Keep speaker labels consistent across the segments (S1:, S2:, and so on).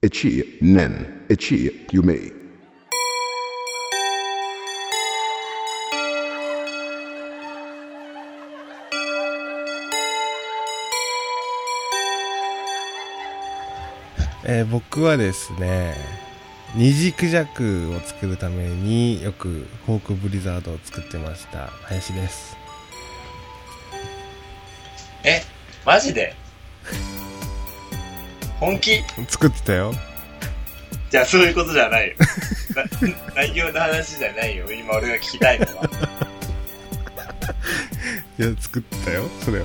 S1: 一年一夢
S2: えー僕はですね二軸弱を作るためによくフォークブリザードを作ってました林です
S3: え、マジで本気
S2: 作ってたよ
S3: じゃあそういうことじゃ ないよ。な内容の話じゃないよ。今俺が聞きたいのは。
S2: いや作ってたよそれを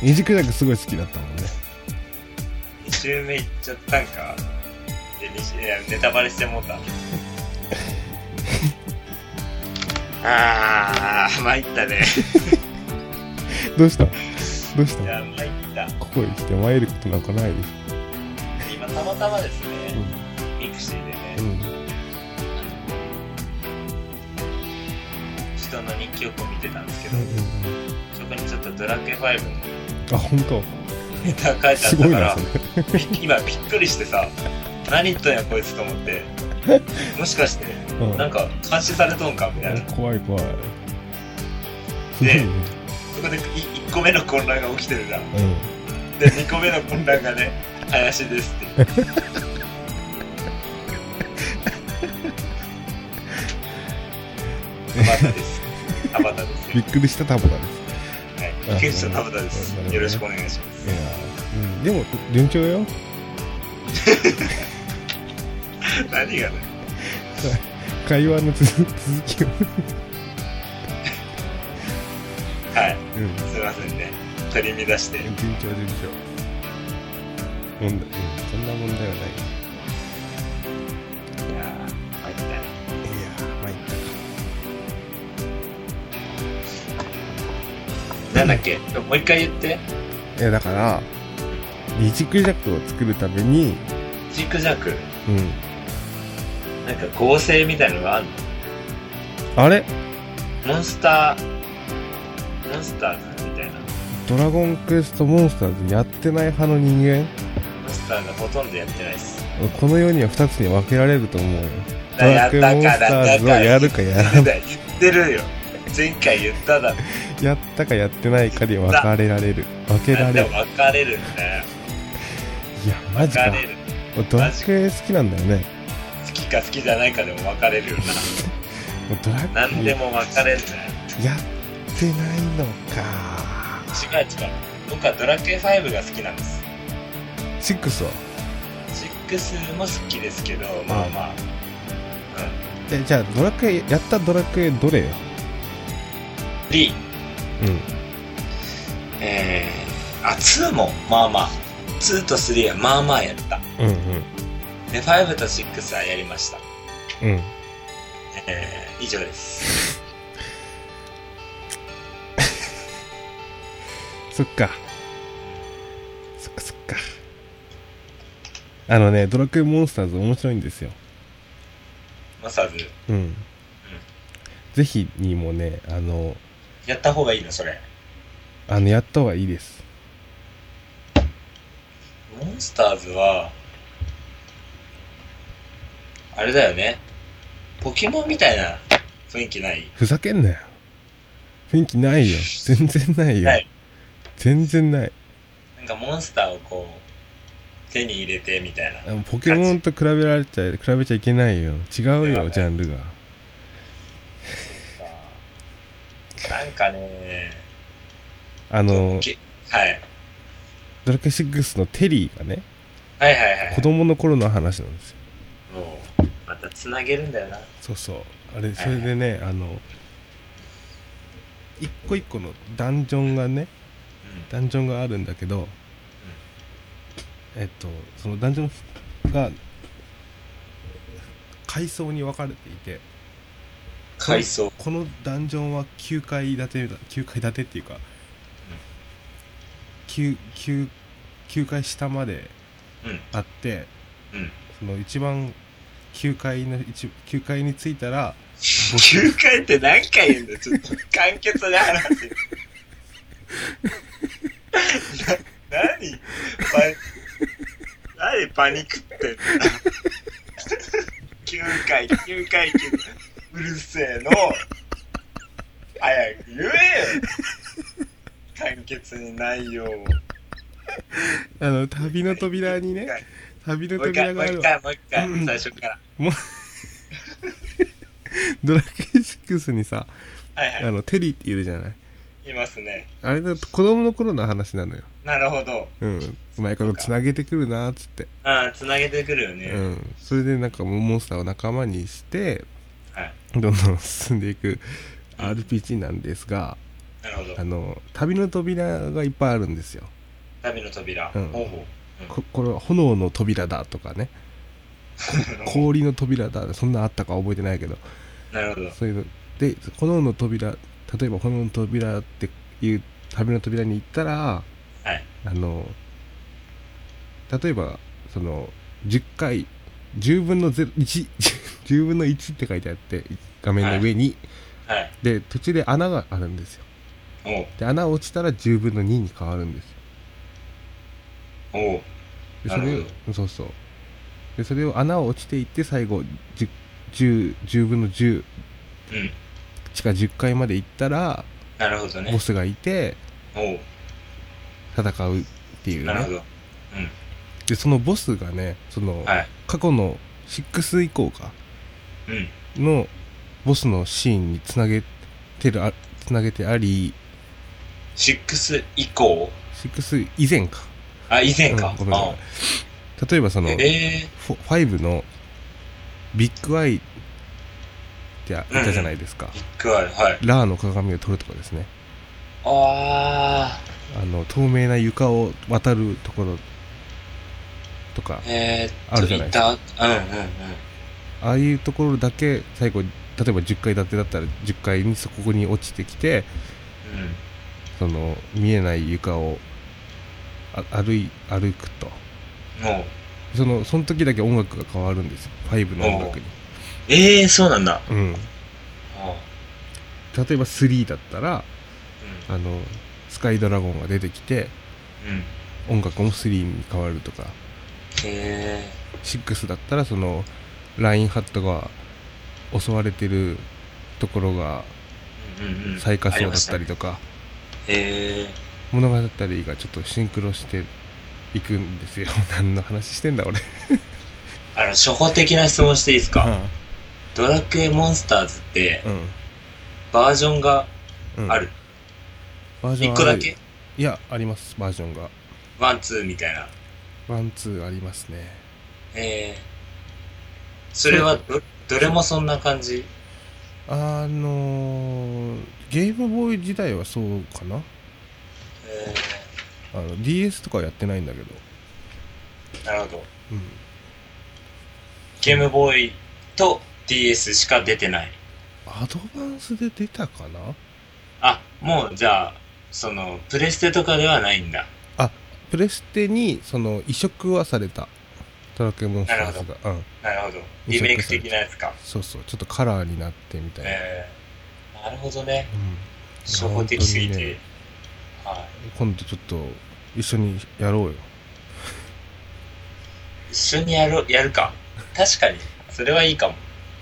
S2: 二軸弱すごい好きだったもんね
S3: 2周目いっちゃったんか。で二周いやネタバレしても うた。あー、参ったね。
S2: どうしたどうし
S3: い
S2: た
S3: や、参った。
S2: ここへ来て参ることなんかないでし
S3: 今たまたまですね、ミクシーで
S2: ょう
S3: ね、
S2: ん
S3: 人の日記をこう見てたんですけ
S2: う
S3: ど
S2: んう、んうん
S3: そこにちょっとドラクエ5の
S2: あ本当
S3: ネタ書いてあ
S2: す
S3: っ
S2: ご
S3: た
S2: い
S3: か
S2: な
S3: ら
S2: そ、れ
S3: び 今びっくりしてさ何言ったんやこいつと 思ってもしかして
S2: うん
S3: なんか監視されとんかみたいなこ
S2: 怖い怖いすごい
S3: で
S2: ね
S3: こで1個目の混乱が起きてるじゃん
S2: うん
S3: で2個目の混乱 がね林ですっていう田畑です田畑です
S2: びっ
S3: よ
S2: くりした田畑です
S3: はい救出の田畑です
S2: なるほどね
S3: よろしくお願いしま
S2: い
S3: す
S2: やうんでも順調よ
S3: 何がね
S2: 会話のつづ続きを、
S3: はい
S2: うん、
S3: すいませんね取り乱して
S2: 順調順調問題、うん、そんな問題はない
S3: いやー参ったね
S2: いやーまいった
S3: なんだっけもう一回言って
S2: いやだから二軸弱を作るために
S3: ジックジャック
S2: うん
S3: なんか合成みたいのがある
S2: あれ
S3: のモンスターモンスターズみたいな
S2: ドラゴンクエストモンスターズやってない派の人間
S3: モンスターがほとんどやってないっす
S2: この世には2つに分けられると思うよド
S3: だ
S2: ラクエモン
S3: だ
S2: ス
S3: から
S2: タ
S3: だ
S2: ーズ
S3: から
S2: はやるかやら
S3: 言
S2: な
S3: っ
S2: い
S3: てるよ前回言っただろ
S2: やったかやってないかで分かれられる分けら
S3: なん
S2: れ
S3: で
S2: る
S3: も分かれるんだよ
S2: いやマ
S3: 分
S2: ジ
S3: か
S2: か
S3: れる
S2: 俺ドラクエ好きなんだよね
S3: 好きか好きじゃないかでも分かれるよ
S2: もうドラクエ
S3: な何でも分かれるんだよ
S2: やってないのか
S3: 違う違う僕はドラクエ5が好きなんです
S2: 6は
S3: 6も好きですけどまあまあ
S2: えじゃあドラクエやったドラクエどれよ
S3: D
S2: うん
S3: えー、あ2もまあまあ2と3はまあまあやった
S2: うん
S3: で5と6はやりました
S2: うんうん
S3: えー、以上です
S2: そっかそっかそっかあのねドラクエモンスターズ面白いんですよ
S3: まさず
S2: うんぜひにもねあの
S3: やった方がいいのそれ
S2: あのやった方がいいです
S3: モンスターズはあれだよねポケモンみたいな雰囲気ない
S2: ふざけんなよ雰囲気ないよ全然ないよ、
S3: はい
S2: 全然ない
S3: なんかモンスターをこう手に入れてみたいな
S2: あのポケモンと比べられちゃ比べちゃいけないよ違う
S3: では
S2: よ
S3: ね
S2: ジャンルが
S3: なんかね
S2: あの
S3: けはい
S2: ドラクエ6のテリーがね
S3: はいはいはい
S2: 子供の頃の話なんですよ
S3: もうまたつなげるんだよな
S2: そうそうあれそれでねあの一個一個のダンジョンがねダンジョンがあるんだけどえっとそのダンジョンが階層に分かれていて
S3: 階層
S2: このダンジョンは9階建てだ9階建てっていうか 9, 9, 9階下まで
S3: うん
S2: あって
S3: うん
S2: その一番9階の一9階に着いたら
S3: 9回って何回言うんだよちょっと簡潔な話 な何お前誰パニックってんだ9回9回9うるせえの早く言えよ簡潔に内容を
S2: あの、旅の扉にね、旅の
S3: もう一回
S2: 扉
S3: も
S2: があ
S3: う
S2: る
S3: 一
S2: わ。
S3: 回もう一回最初から
S2: ドラクエ6にさ、
S3: はい
S2: あ
S3: は
S2: の、テリーっているじゃない。
S3: いいますね
S2: あれだと子供の頃の話なのよ。
S3: なるほど
S2: うん。うまいこと繋げてくるなーっつって。
S3: ああつなげてくるよね、
S2: うん。それでなんかもうモンスターを仲間にして、
S3: はい
S2: どんどん進んでいく RPG なんですが、
S3: なるほ
S2: あ
S3: ど
S2: の、旅の扉がいっぱいあるんですよ。
S3: 旅の扉、
S2: うん
S3: ほうほう
S2: ここれは炎の扉だとかね、 氷の扉だ、そんなあったか覚えてないけど、
S3: なるほど
S2: そういうの。で、炎の扉、例えば炎の扉っていう旅の扉に行ったら、
S3: はい
S2: あの、例えば、その、10回、10分の0、1、10分の1って書いてあって、画面の上に。
S3: はい
S2: で、途中で穴があるんですよ。
S3: おう
S2: で、穴落ちたら10分の2に変わるんですよ。
S3: おう
S2: で
S3: な
S2: そ
S3: るほ
S2: れ
S3: ど
S2: を、そうそう。で、それを穴を落ちていって、最後、10、10、10分の10、
S3: うん
S2: 地下10回まで行ったら、
S3: なるほどね
S2: ボスがいて、
S3: おう
S2: 戦うっていう
S3: なるほ
S2: ね。
S3: ど
S2: で、そのボスがね、その、
S3: はい
S2: 過去の6以降か、
S3: うん
S2: のボスのシーンにつなげてるあつなげてあり
S3: 6以降
S2: 6以前か
S3: あ以前か、
S2: うんごめんなさい例えばその
S3: あえ
S2: フォ5のビッグアイってあいたじゃないですか
S3: ー、、ビッグアイはい
S2: ラーの鏡を取るとかですね
S3: あ
S2: あの透明な床を渡るところとか
S3: ーえー、
S2: あるじゃないです
S3: かうんうん
S2: ああいうところだけ最後例えば10階建てだったら10階にそこに落ちてきて
S3: うんうん
S2: その見えない床をあ歩い歩くと
S3: もう
S2: そのその時だけ音楽が変わるんですよ5の音楽に、
S3: えー、そうなんだ
S2: うん、例
S3: おう
S2: えば3だったらあのスカイドラゴンが出てきて
S3: うんうん
S2: 音楽も3に変わるとか
S3: へ
S2: 6だったらそのラインハットが襲われてるところが
S3: ーうんうん
S2: 最下層だったりとか、
S3: へえ
S2: 物語がちょっとシンクロしていくんですよ 何の話してんだ俺
S3: あの初歩的な質問していいですか、ドラクエモンスターズって
S2: うん、
S3: バージョンが
S2: うん
S3: ある、
S2: バージョン
S3: 一
S2: ある
S3: 1個だけ
S2: いやありますバージョンが
S3: ワンツーみたいな
S2: ワンツーありますね
S3: ええそれはどどれもそんな感じ
S2: あのーゲームボーイ時代はそうかな
S3: え
S2: あの DS とかはやってないんだけど、
S3: えなるほど
S2: うん、
S3: ゲームボーイと DS しか出てない
S2: アドバンスで出たかな
S3: あもうじゃあそのプレステとかではないんだ
S2: あプレステにその移植はされたドラクエモンスターズ
S3: な
S2: がうん
S3: なるほどリメイク的なやつか
S2: そうそうちょっとカラーになってみたいな、
S3: ええなるほどね
S2: うん、
S3: 初歩的す
S2: 本
S3: ぎ
S2: 当
S3: て、
S2: にね
S3: は
S2: 今度ちょっと一緒にやろうよ
S3: い、一緒にやろやるか確かにそれはいいかも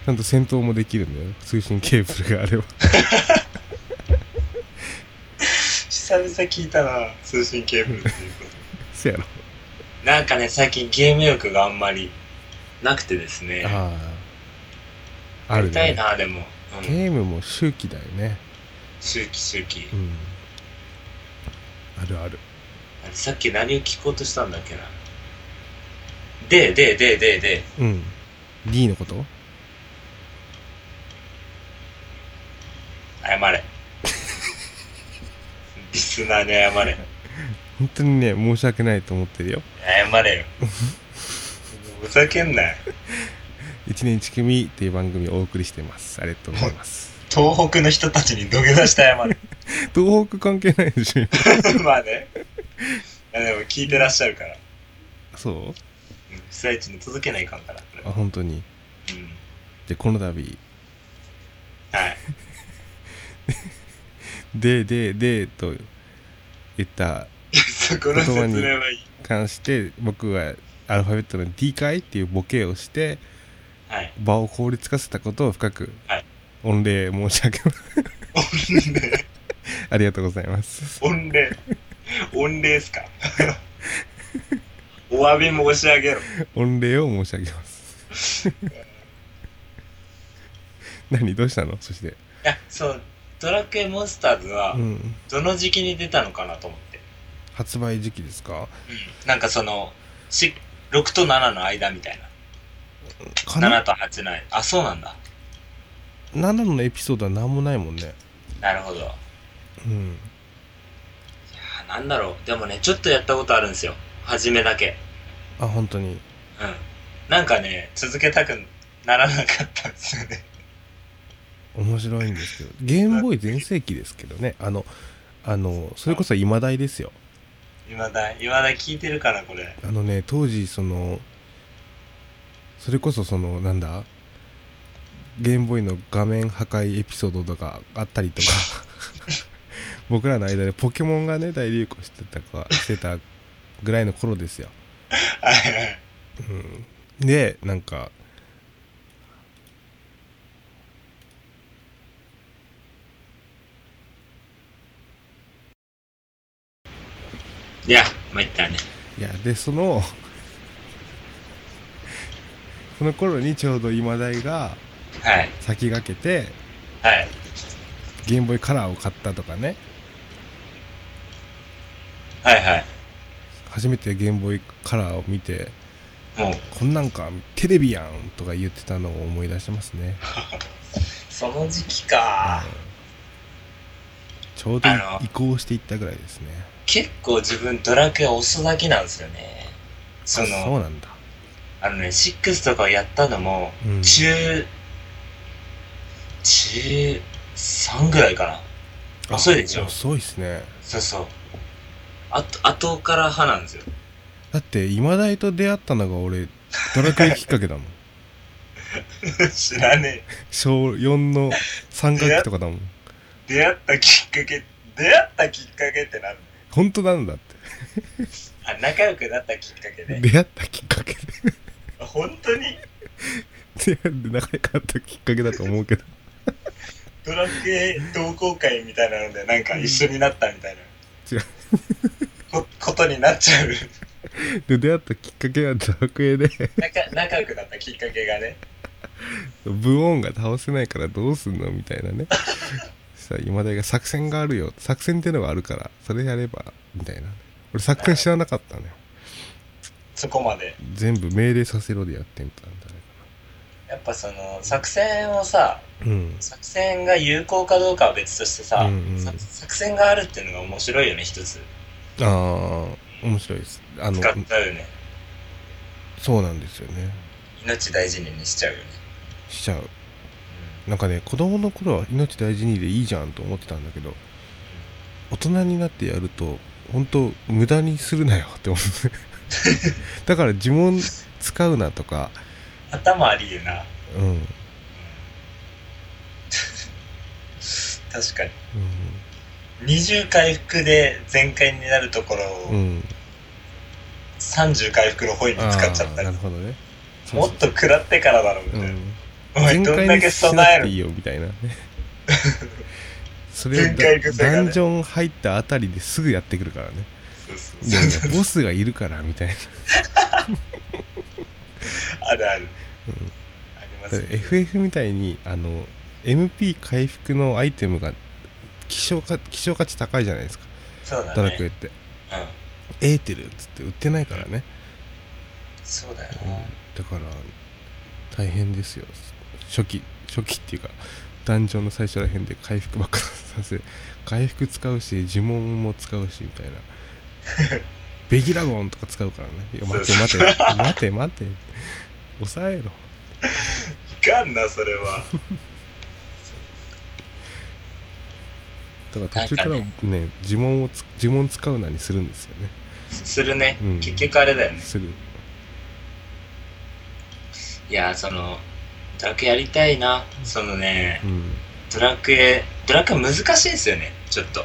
S2: ちゃんと戦闘もできるんだよ通信ケーブルがあれば
S3: 久々聞いたな通信ケーブルっていうこ
S2: せやろ
S3: となんかね最近ゲーム欲があんまりなくてですね
S2: ああある
S3: やりたい
S2: ね
S3: なでも、うん、
S2: ゲームも周期だよね
S3: 周期周期
S2: うんあるある
S3: あれさっき何を聞こうとしたんだっけなででででで
S2: うん D のこと
S3: 謝れリスナーに謝れ
S2: 本当にね申し訳ないと思ってるよ
S3: 謝れよふざけんなよ
S2: 一年一組っていう番組をお送りしてますありがとうございます
S3: 東北の人たちに土下座して謝れ
S2: 東北関係ないでしょ
S3: まあねいやでも聞いてらっしゃるから
S2: そう
S3: うん被災地に届けないかんから
S2: あ本当に
S3: うん
S2: でこの度
S3: はい
S2: でででと言った
S3: そこの説明はいい
S2: 関して僕はアルファベットの D 会っていうボケをして
S3: はい。
S2: 場を凍りつかせたことを深く
S3: はい
S2: 御礼申し上げますありがとうございます
S3: 御礼。御礼っすか。 お詫び申し上げろ。
S2: 御礼を申し上げます何どうしたのそして
S3: いや、そう、ドラクエモンスターズは
S2: う、ん
S3: どの時期に出たのかなと思って。
S2: 発売時期ですか
S3: うん。なんかその、し6と7の間みたいな。
S2: かな
S3: 7と8の間。あ、そうなんだ。
S2: 7のエピソードは何もないもんね
S3: なるほど。いや
S2: うん
S3: ーなんだろう。でもね、ちょっとやったことあるんですよ。初めだけ。
S2: あ本当に
S3: うん。なんかね、続けたくならなかったんですよね。
S2: 面白いんですけどゲームボーイ全盛期ですけどねあのあのそれこそ今代ですよ
S3: 未だ、未だ聞いてるかな、これ。
S2: あのね当時そのそれこそそのなんだゲームボーイの画面破壊エピソードとかあったりと か僕らの間でポケモンがね大流行してたかしてたぐらいの頃ですよ、
S3: はいはい。
S2: うん、でなんか
S3: いや、参ったね。
S2: いやでそのその頃にちょうど今代が
S3: はい。
S2: 先駆けて
S3: はい。
S2: ゲームボーイカラーを買ったとかね
S3: はいはい。
S2: 初めてゲームボーイカラーを見て
S3: もう、
S2: こんなんかテレビやんとか言ってたのを思い出してますね、
S3: その時期か
S2: うん。ちょうどい
S3: あの
S2: 移行していったぐらいですね
S3: 結構自分ドラクエ遅咲きなんですよね。そ
S2: あそう
S3: の、
S2: なんだ
S3: あのね、6とかをやったのも、
S2: うん
S3: 中、中3ぐらいか
S2: あ
S3: な。遅いでしょ
S2: 遅いっすね
S3: そうそう。あと、後から派なんですよ。
S2: だって今代と出会ったのが俺ドラクエきっかけだもん
S3: 知らねえ。
S2: 小4の3学期とかだもん
S3: 出会ったきっかけ、出会ったきっかけってなん
S2: 本当なんだって
S3: あ、仲良くなったきっかけで。
S2: 出会ったきっかけで
S3: 本当に
S2: 出会って仲良かったきっかけだと思うけど
S3: ドラクエ同好会みたいなので、なんか一緒になったみたいな。
S2: 違う
S3: こことになっ ちゃう。
S2: で出会ったきっかけはドラクエで
S3: 仲仲良くなったきっかけがね。
S2: ブオーンが倒せないからどうすんのみたいなね さあ今大が作戦があるよ作戦ってのがあるからそれやればみたいな俺作戦知らなかったのよ
S3: そこまで。
S2: 全部命令させろでやってみたんだね
S3: やっぱその、作戦をさ、
S2: うん
S3: 作戦が有効かどうかは別としてさ、
S2: うんうん
S3: さ作戦があるっていうのが面白いよね、一つ。
S2: ああ面白いですあの
S3: 使っちゃうよね。
S2: そうなんですよね
S3: 命大事ににしちゃうよね。
S2: しちゃうなんかね子供の頃は命大事にでいいじゃんと思ってたんだけど大人になってやると本当無駄にするなよって思う だから呪文使うなとか
S3: 頭ありえな。
S2: うん
S3: 確かに。20回復で全開になるところ
S2: う
S3: を
S2: ん、
S3: 30回復の方に
S2: あ
S3: 使っちゃった
S2: ー
S3: り
S2: なるほどね
S3: もっと食らってからだろみ
S2: う
S3: たいな、
S2: ん
S3: お前どんだけ備え
S2: い
S3: る
S2: いよみたい なそ
S3: 全開
S2: だ
S3: 癖がね
S2: ダンジョン入ったあたりですぐやってくるからね
S3: そうそう
S2: いやい
S3: そう
S2: やボスがいるからみたいな
S3: あるある、ありますよ
S2: FF みたいにあの MP 回復のアイテムが希少価希少価値高いじゃないですか
S3: そうだ
S2: ド
S3: ね
S2: ラクエって
S3: うん
S2: エーテルっつって売ってないからね、
S3: そうだよ
S2: うん
S3: な、
S2: だから大変ですよ初期初期っていうかダンジョンの最初ら辺で回復ばっかさせ回復使うし呪文も使うしみたいなベギラゴンとか使うからねいや待て待て待て待て抑えろ
S3: いかんなそれは
S2: だから途中から
S3: なん
S2: ね呪文をつ呪文使うなにするんですよね
S3: するね、
S2: うん
S3: 結局あれだよね
S2: する
S3: いやそのドラクエやりたいなそのね
S2: うん
S3: ドラクエドラクエ難しいんですよねちょっと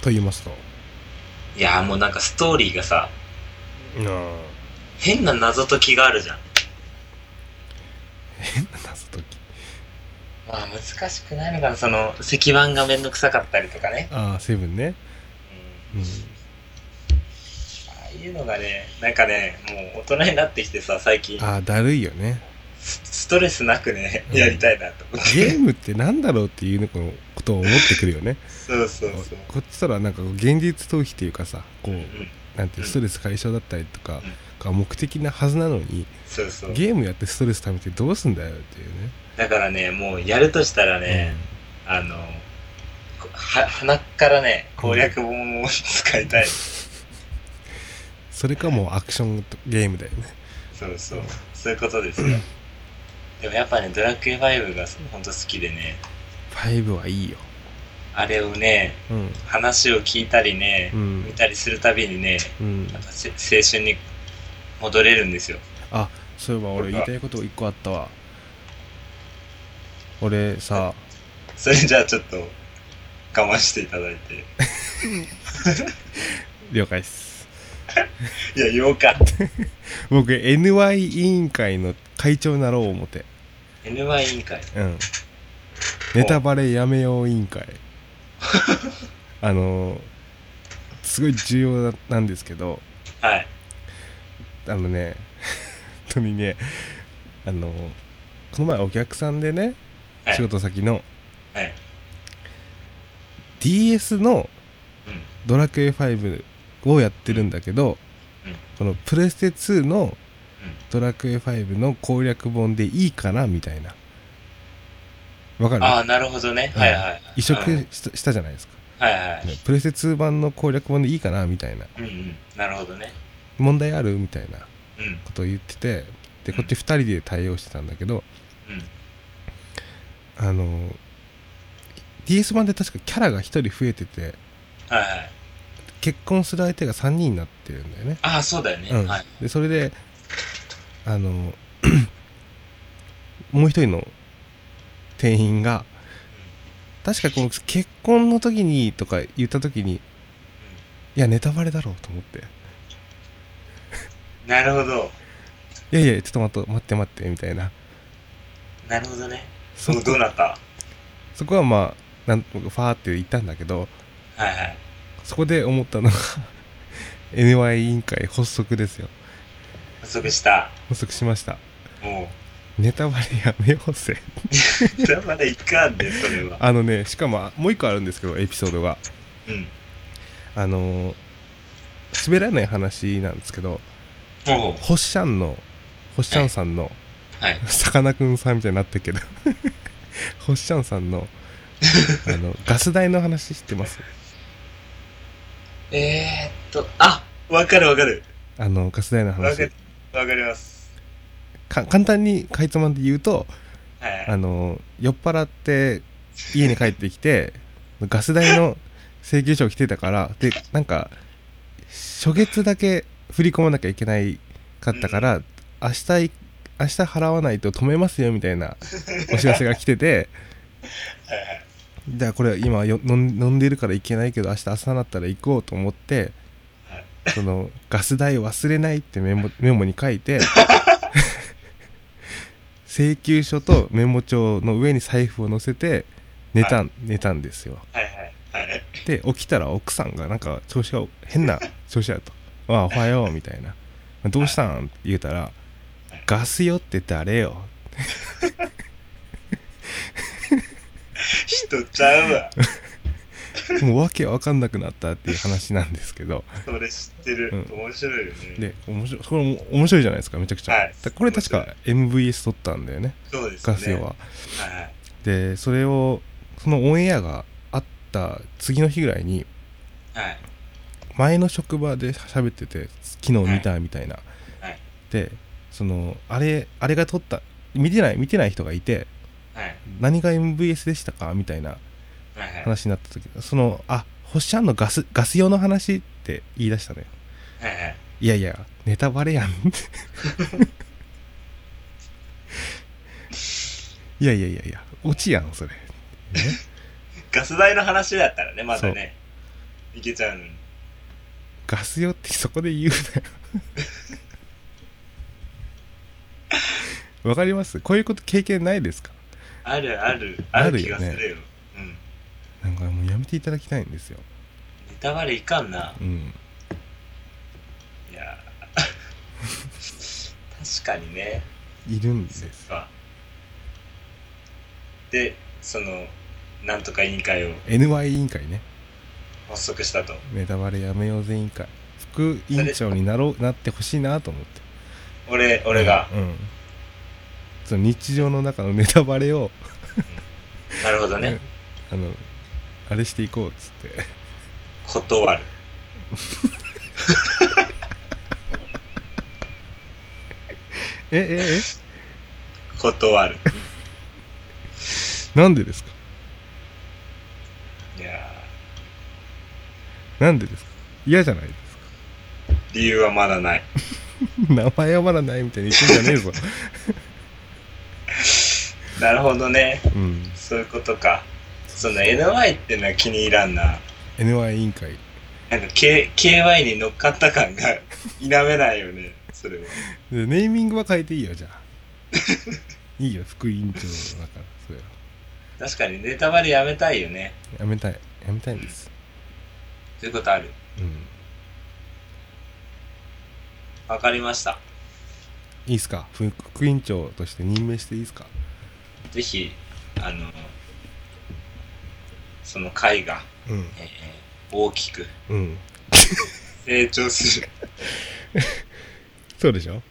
S2: と言いますと
S3: いやもうなんかストーリーがさ
S2: あ
S3: 変な謎解きがあるじゃん。
S2: 変な 謎解き
S3: まあ難しくないのかな、その、石板がめんどくさかったりとかね。
S2: ああセブンね
S3: うん
S2: うん
S3: ああいうのがね、なんかね、もう大人になってきてさ、最近、
S2: ああだるいよね
S3: ストレスなくね、
S2: うん
S3: やりたいなと思って。
S2: ゲームってなんだろうっていうのことを思ってくるよね
S3: そうそうそう。
S2: こっちとらなんかこう現実逃避っていうかさこう
S3: うん
S2: なんていうストレス解消だったりとか
S3: うん
S2: が目的なはずなのに
S3: そうそう。
S2: ゲームやってストレス溜めてどうすんだよっていうね
S3: だからね、もうやるとしたらね、あの、こは鼻からね、攻略本を使いたい。
S2: それかもうアクションゲームだよね
S3: そうそう。そういうことですよ。でもやっぱね、ドラクエ5がほんと好きでね、
S2: 5はいいよ
S3: あれをね、
S2: うん
S3: 話を聞いたりね
S2: う、ん
S3: 見たりするたびにね、
S2: うん
S3: やっぱせ青春に戻れるんですよ。
S2: あそういえば俺言いたいこと一個あったわ俺さ
S3: それじゃあちょっと我慢していただいて。
S2: 了解っす
S3: いや、言おうか。
S2: 僕 NY 委員会の会長になろう思て
S3: NY 委員会。
S2: うんネタバレやめよう委員 会あのすごい重要なんですけど
S3: はい。
S2: あのね本当にねあのこの前お客さんでね
S3: はい
S2: 仕事先の
S3: はい
S2: DS の
S3: うん。
S2: 「ドラクエ5」をやってるんだけど、
S3: うん
S2: このプレステ2の
S3: うん
S2: 「ドラクエ5」の攻略本でいいかなみたいなわかる
S3: ああ、なるほどね。
S2: うん
S3: はいはい。
S2: 移植
S3: うん
S2: したしたじゃないですか、
S3: はいはい。
S2: ねプレステ2版の攻略本でいいかなみたいな
S3: うんうん。なるほどね。
S2: 問題あるみたいな
S3: うん。うん
S2: ことを言っててでこっち2人で対応してたんだけど。あの DS 版で確かキャラが1人増えてて
S3: はいはい。
S2: 結婚する相手が3人になってるんだよね
S3: ああ、そうだよね。
S2: うん
S3: はい。
S2: でそれであの もう一人の店員が確かこの結婚の時にとか言った時にいやネタバレだろうと思って
S3: なるほど。
S2: いやいやちょっと待って待って待ってみたいな
S3: なるほどね。
S2: そ
S3: もうどうなった
S2: そこはまあなんとかファーって言ったんだけど
S3: はいはい。
S2: そこで思ったのが NY 委員会発足ですよ
S3: 不足した。
S2: 発足しました
S3: も
S2: ネタバレやめようぜ
S3: う。だまだいかんで、それは。
S2: あのねしかももう一個あるんですけどエピソードが
S3: うん。
S2: あのー滑らない話なんですけど
S3: おう。
S2: ホッシャンのホッシャンさんの
S3: はい。
S2: さかなクンさんみたいになってるけど ホッシャンさんのあのガス代の話知ってます
S3: えーっと、あわかるわかる。
S2: あのガス代の
S3: わか
S2: 話
S3: る。わかります。
S2: か簡単にかいつまんで言うと
S3: はいはい。
S2: あのー酔っ払って家に帰ってきてガス代の請求書来てたからでなんか初月だけ振り込まなきゃいけないかったから、明日い明日払わないと止めますよみたいなお知らせが来てて
S3: はいはい。
S2: じゃあこれ今よ飲ん飲んでるから行けないけど明日朝になったら行こうと思って
S3: はい
S2: そのガス代忘れないってメモメモに書いて請求書とメモ帳の上に財布を載せて寝たん、寝たんですよ
S3: はいはい。はい。
S2: で起きたら奥さんがなんか調子が変な調子だと「ああおはよう」みたいな「どうしたん?」って言うたら「ガスよって誰よ」
S3: 人ちゃうわ。
S2: もう訳わかんなくなったっていう話なんですけど
S3: それ知ってる。
S2: う
S3: 面白いよね。
S2: で面白いこれも面白いじゃないですかめちゃくちゃ、
S3: はい
S2: だこれ確か MVS 撮ったんだよね
S3: そうですね。
S2: ガスよは
S3: はいはい。
S2: でそれをそのオンエアがあった次の日ぐらいに
S3: はい。
S2: 前の職場で喋ってて昨日見たみたいな、
S3: はい
S2: でそのあれあれが撮った見てない見てない人がいて
S3: はい。
S2: 何が MVS でしたかみたいな
S3: はいはい。
S2: 話になった時そのあ星ちゃんのガスガス用の話って言い出したのよ
S3: はいはい。
S2: いやいやネタバレ やんいやいやいやいやオチやんそれ、ね、
S3: ガス代の話だったらね、まだね、いけちゃうのに。
S2: ガス用ってそこで言うなよわかりますこういうこと経験ないですか
S3: あるある、
S2: ある
S3: あ
S2: よね
S3: る気がするよ。うん。
S2: なんかもうやめていただきたいんですよ
S3: ネタバレいかんな。
S2: うん
S3: いやー確かにね。
S2: いるんで
S3: そっ
S2: す
S3: か。で、その、なんとか委員会を
S2: NY 委員会ね
S3: 発足したと。
S2: ネタバレやめようぜ委員会副委員長になろうなってほしいなと思って
S3: 俺、俺が。
S2: うんその日常の中のネタバレを
S3: なるほどね。
S2: あのあれしていこうっつって
S3: 断る。
S2: ええ
S3: 断る。
S2: え なんでですか
S3: いや
S2: なんでですか嫌じゃないですか
S3: ー理由はまだない。
S2: 名前はまだないみたいに言ってんじゃねえ ぞ
S3: なるほどね。
S2: うん
S3: そういうことか。その NY ってのは気に入らんな。
S2: NY 委員会
S3: なんか、K、KY に乗っかった感が 否めないよね。それは。
S2: でネーミングは変えていいよじゃ あいいよ副委員長だからそれは
S3: 確かにネタバレやめたいよね。
S2: やめたいやめたいんです
S3: そういうことある。
S2: うん
S3: わかりました。
S2: いいっすか副副委員長として任命していいっすか
S3: ぜひ、あの、その会が、
S2: うん
S3: えー大きく
S2: うん
S3: 成長する。
S2: そうでしょ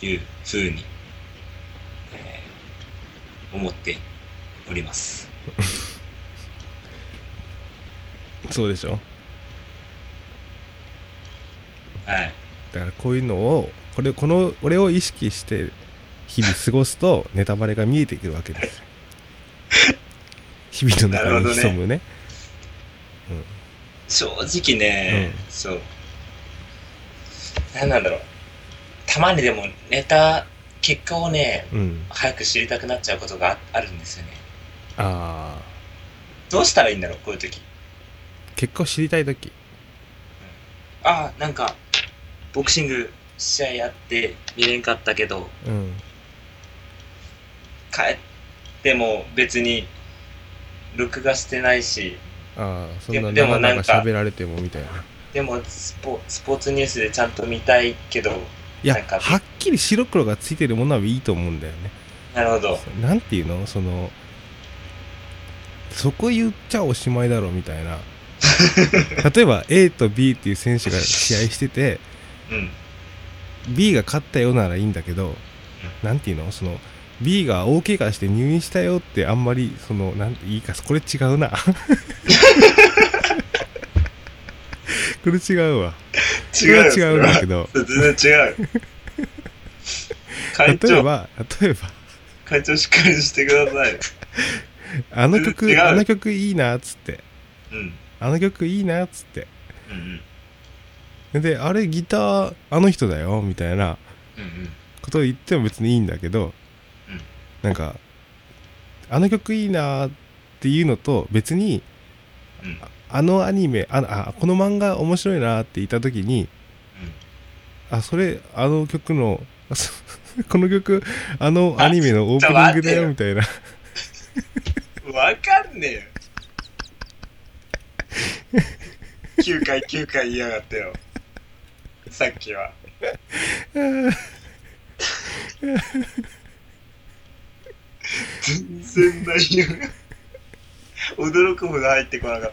S3: いうふうに、えー思っております。
S2: そうでしょ
S3: はい。
S2: だからこういうのをこれこの俺を意識して日々過ごす とネタバレが見えてくるわけですよ日々の中に潜むね
S3: 正直ね、そう。なんなんだろう。たまにでもネタ、結果をね、
S2: うん
S3: 早く知りたくなっちゃうことがああるんですよね。
S2: ああ
S3: どうしたらいいんだろう、こういう時。
S2: 結果を知りたい時
S3: ああ、なんか、ボクシング試合やって見れんかったけど、
S2: うん
S3: 帰っても別に録画してないし
S2: ああそん
S3: い
S2: な
S3: やでも
S2: な
S3: なんん
S2: か
S3: か
S2: 喋られてもみたいな
S3: でもスポスポーツニュースでちゃんと見たいけど
S2: いや
S3: なんか
S2: はっきり白黒がついてるものはいいと思うんだよね
S3: なるほど
S2: なんていうのそのそこ言っちゃおしまいだろみたい な例えば A と B っていう選手が試合してて
S3: うん、
S2: B が勝ったよならいいんだけどなんていうのその B が大怪我して入院したよってあんまりそのなんていいかこれ違う なこれ違うわこれは
S3: 違う
S2: 違うんだけど
S3: それは全然違う 会
S2: 例え
S3: 長
S2: ば例えば
S3: 会長しっかりしてください
S2: あの曲
S3: 違う
S2: あの曲いいなっつって
S3: うん
S2: あの曲いいなっつって
S3: うんうん
S2: であれギターあの人だよみたいな
S3: うん
S2: ことを言っても別にいいんだけど、
S3: うん
S2: なんかあの曲いいなっていうのと別に
S3: うんうん
S2: あのアニメああこの漫画面白いなって言った時にあそれあの曲の あそこの曲あのアニメのオープニングだよみたいな
S3: うんわかんねえよ9回9回言いやがってよさっ きは全然大丈夫驚くほど入ってこなかっ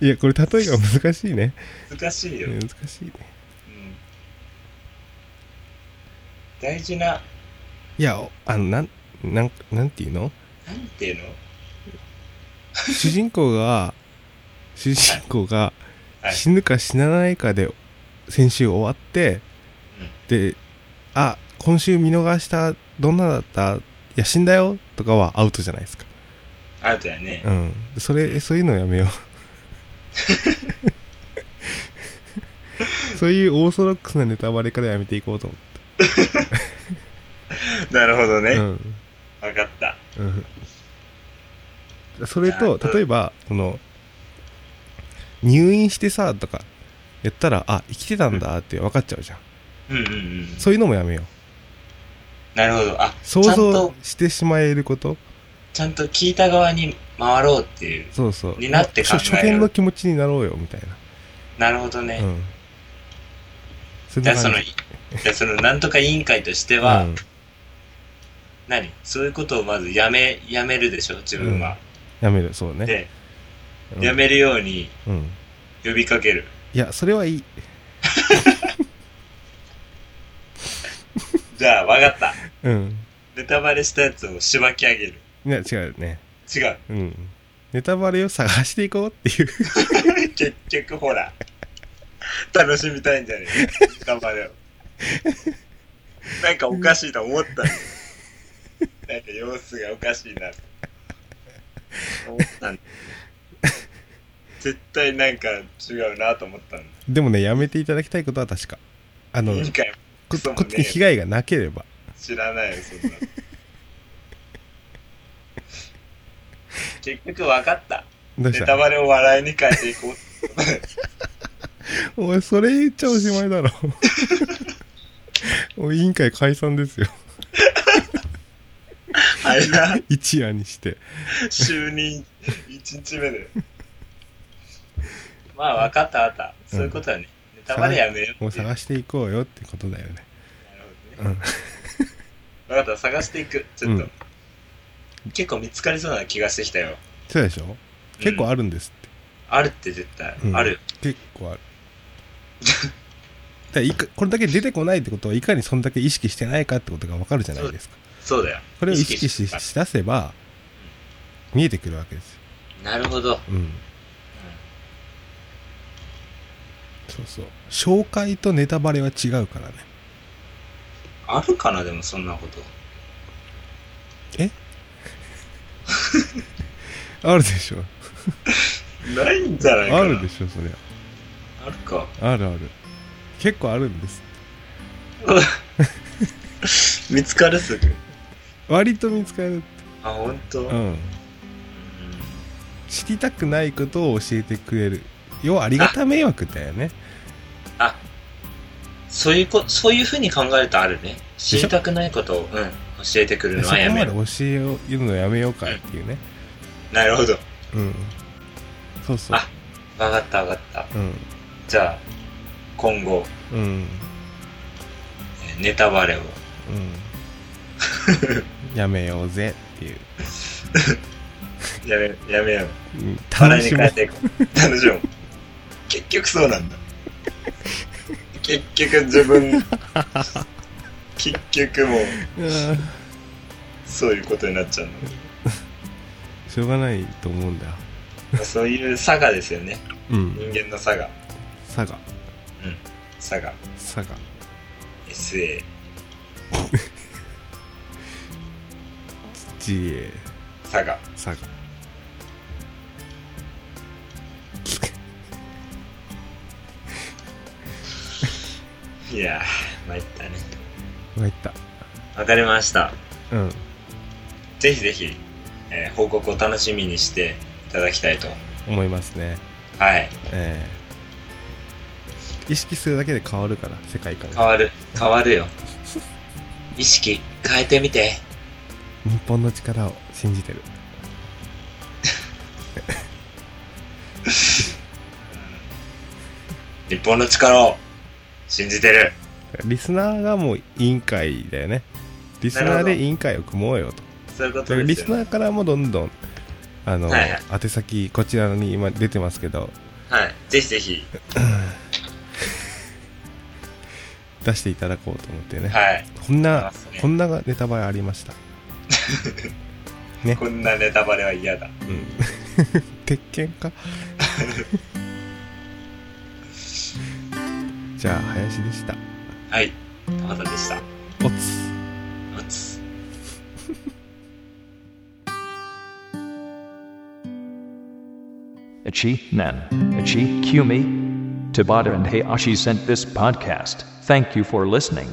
S2: いやこれ例え が難しいね
S3: た難しいよ、うん
S2: 難しいね
S3: 大事ない
S2: やおあのなんなんなんていうの
S3: なんていうの
S2: 主人公が主人公が
S3: はい
S2: 死ぬか死なないかで先週終わって、
S3: うん
S2: で「あ今週見逃したどんなだったいや死んだよ」とかはアウトじゃないですか、
S3: アウトやね、
S2: うん、それそういうのやめ ようそういうオーソドックスなネタバレからやめていこうと思
S3: なるほどね、
S2: って、う
S3: わ
S2: ん
S3: 分かった
S2: うん、それと
S3: あ
S2: 例えばその入院してさとかやったらあ生きてたんだって分かっちゃうじゃん、
S3: うんうんうん。
S2: そういうのもやめよう
S3: なるほど。あ、
S2: 想
S3: ちゃん
S2: 像
S3: と、
S2: してしまえること
S3: ちゃんと聞いた側に回ろうっていう。
S2: そうそう
S3: になって考える
S2: 初初見の気持ちになろうよみたい
S3: なるほど
S2: な、
S3: ね。
S2: うんそん
S3: じゃ
S2: な
S3: あそ
S2: 感
S3: の、
S2: じ
S3: じゃあそのなんとか委員会としては、
S2: うん
S3: 何そういうことをまずやめ、やめるでしょ自分は。
S2: やめるそうね、
S3: で、
S2: うん、
S3: やめるように
S2: うん
S3: 呼びかける。
S2: いやそれはいい
S3: じゃあ、わかった。
S2: うん
S3: ネタバレしたやつをしばき上げる。
S2: いや違うね
S3: 違う。
S2: うんネタバレを探していこうっていう
S3: 結局ほら楽しみたいんじゃねえ頑張れよなんかおかしいと思ったんだよなんか様子がおかしいなと思ったんだよ絶対なんか違うなと思ったんだ
S2: でもねやめていただきたいことは確かあの
S3: 委員会も
S2: こ
S3: クソも
S2: こっちに被害がなければ
S3: 知らないよそんなの結局分かった
S2: どう
S3: ネ
S2: し
S3: タ
S2: た
S3: バレを笑いに変えていこうってことで
S2: おいそれ言っちゃおしまい だろおい委員会解散ですよ
S3: はいな
S2: 一夜にして
S3: 就任1日目で。 まあ、分かった分かった。そういうことだね。ネタバレやめよう
S2: もう
S3: っていう。な
S2: 探
S3: る
S2: していこうよってことだよね
S3: ほどね。分かった、探していく。ちょっと。結構見つかりそうな気がしてきたよ。
S2: そうでしょ結構あるんですって、
S3: あるって絶対。
S2: うん
S3: ある。
S2: 結構あ るだからいかこれだけ出てこないってことはいかにそんだけ意識してないかってことがわかるじゃないですか
S3: そうだよ。
S2: これを意識し
S3: 意識
S2: しだせば見えてくるわけですよ
S3: なるほど。
S2: うんそうそう紹介とネタバレは違うからね
S3: あるかな、でもそんなこと。
S2: あるでしょ
S3: ないんじゃないかな。
S2: あるでしょそりゃ
S3: あるか。
S2: あるある結構あるんです
S3: 見つかるすぐ。
S2: 割と見つかる
S3: あ、ほんと。う
S2: うんん知りたくないことを教えてくれる要はありがた迷惑だよね
S3: あ、そういうこ、そういうふうに考えるとある
S2: ょ
S3: ね。知りたくないことを、うん、教えてくるの
S2: そこ
S3: はや
S2: ま
S3: め
S2: で
S3: る。
S2: 教えを言うのやめようかっていうね
S3: なるほど。
S2: うんそうそう
S3: あわかったわかった。
S2: うん
S3: じゃあ、今後、
S2: うんうん
S3: えネタバレを。
S2: やめようぜっていう、
S3: やめ、やめよう。
S2: うん、
S3: 笑
S2: 楽
S3: いに
S2: しみ
S3: 変えていこう。楽しもう。結局そうなんだ。結局自分、結局もう、
S2: うん
S3: そういうことになっちゃう
S2: しょうがないと思うんだ
S3: の。そういう差がですよね。
S2: うん
S3: 人間の差が。
S2: 佐賀
S3: 差が。
S2: 佐賀
S3: SA。
S2: GA
S3: 差が。
S2: 佐賀
S3: いやー、参ったね。
S2: 参った
S3: わかりました。
S2: うん
S3: ぜひぜひ、えー報告を楽しみにしていただきたいと。
S2: 思いますね
S3: はい。
S2: ええ意識するだけで変わるから世界観
S3: 変
S2: が
S3: わる。変わるよ。意識変えてみて。
S2: 日本の力を信じてる
S3: 日本の力を信じてる。
S2: リスナーがもう委員会だよねリスナーで委員会を組もうよと
S3: そういうこ
S2: だか
S3: と
S2: ら
S3: で
S2: リ
S3: す
S2: ス
S3: よ。
S2: ナーからもどんどんあの、
S3: はいはい
S2: 宛先こちらに今出てますけど
S3: はい。ぜひ ぜひ、
S2: 出していただこうと思ってね、
S3: はい。
S2: こん
S3: 出
S2: な、
S3: ますね
S2: こんなネタバレありました
S3: こんなネタバレは嫌だ。
S2: うん鉄拳 かじゃあ林でした
S3: はい。たまたでした。
S2: おつ
S3: おつ。
S4: Achi Nen, Achi Kumi. Tabata and Hayashi sent this podcast. Thank you for listening.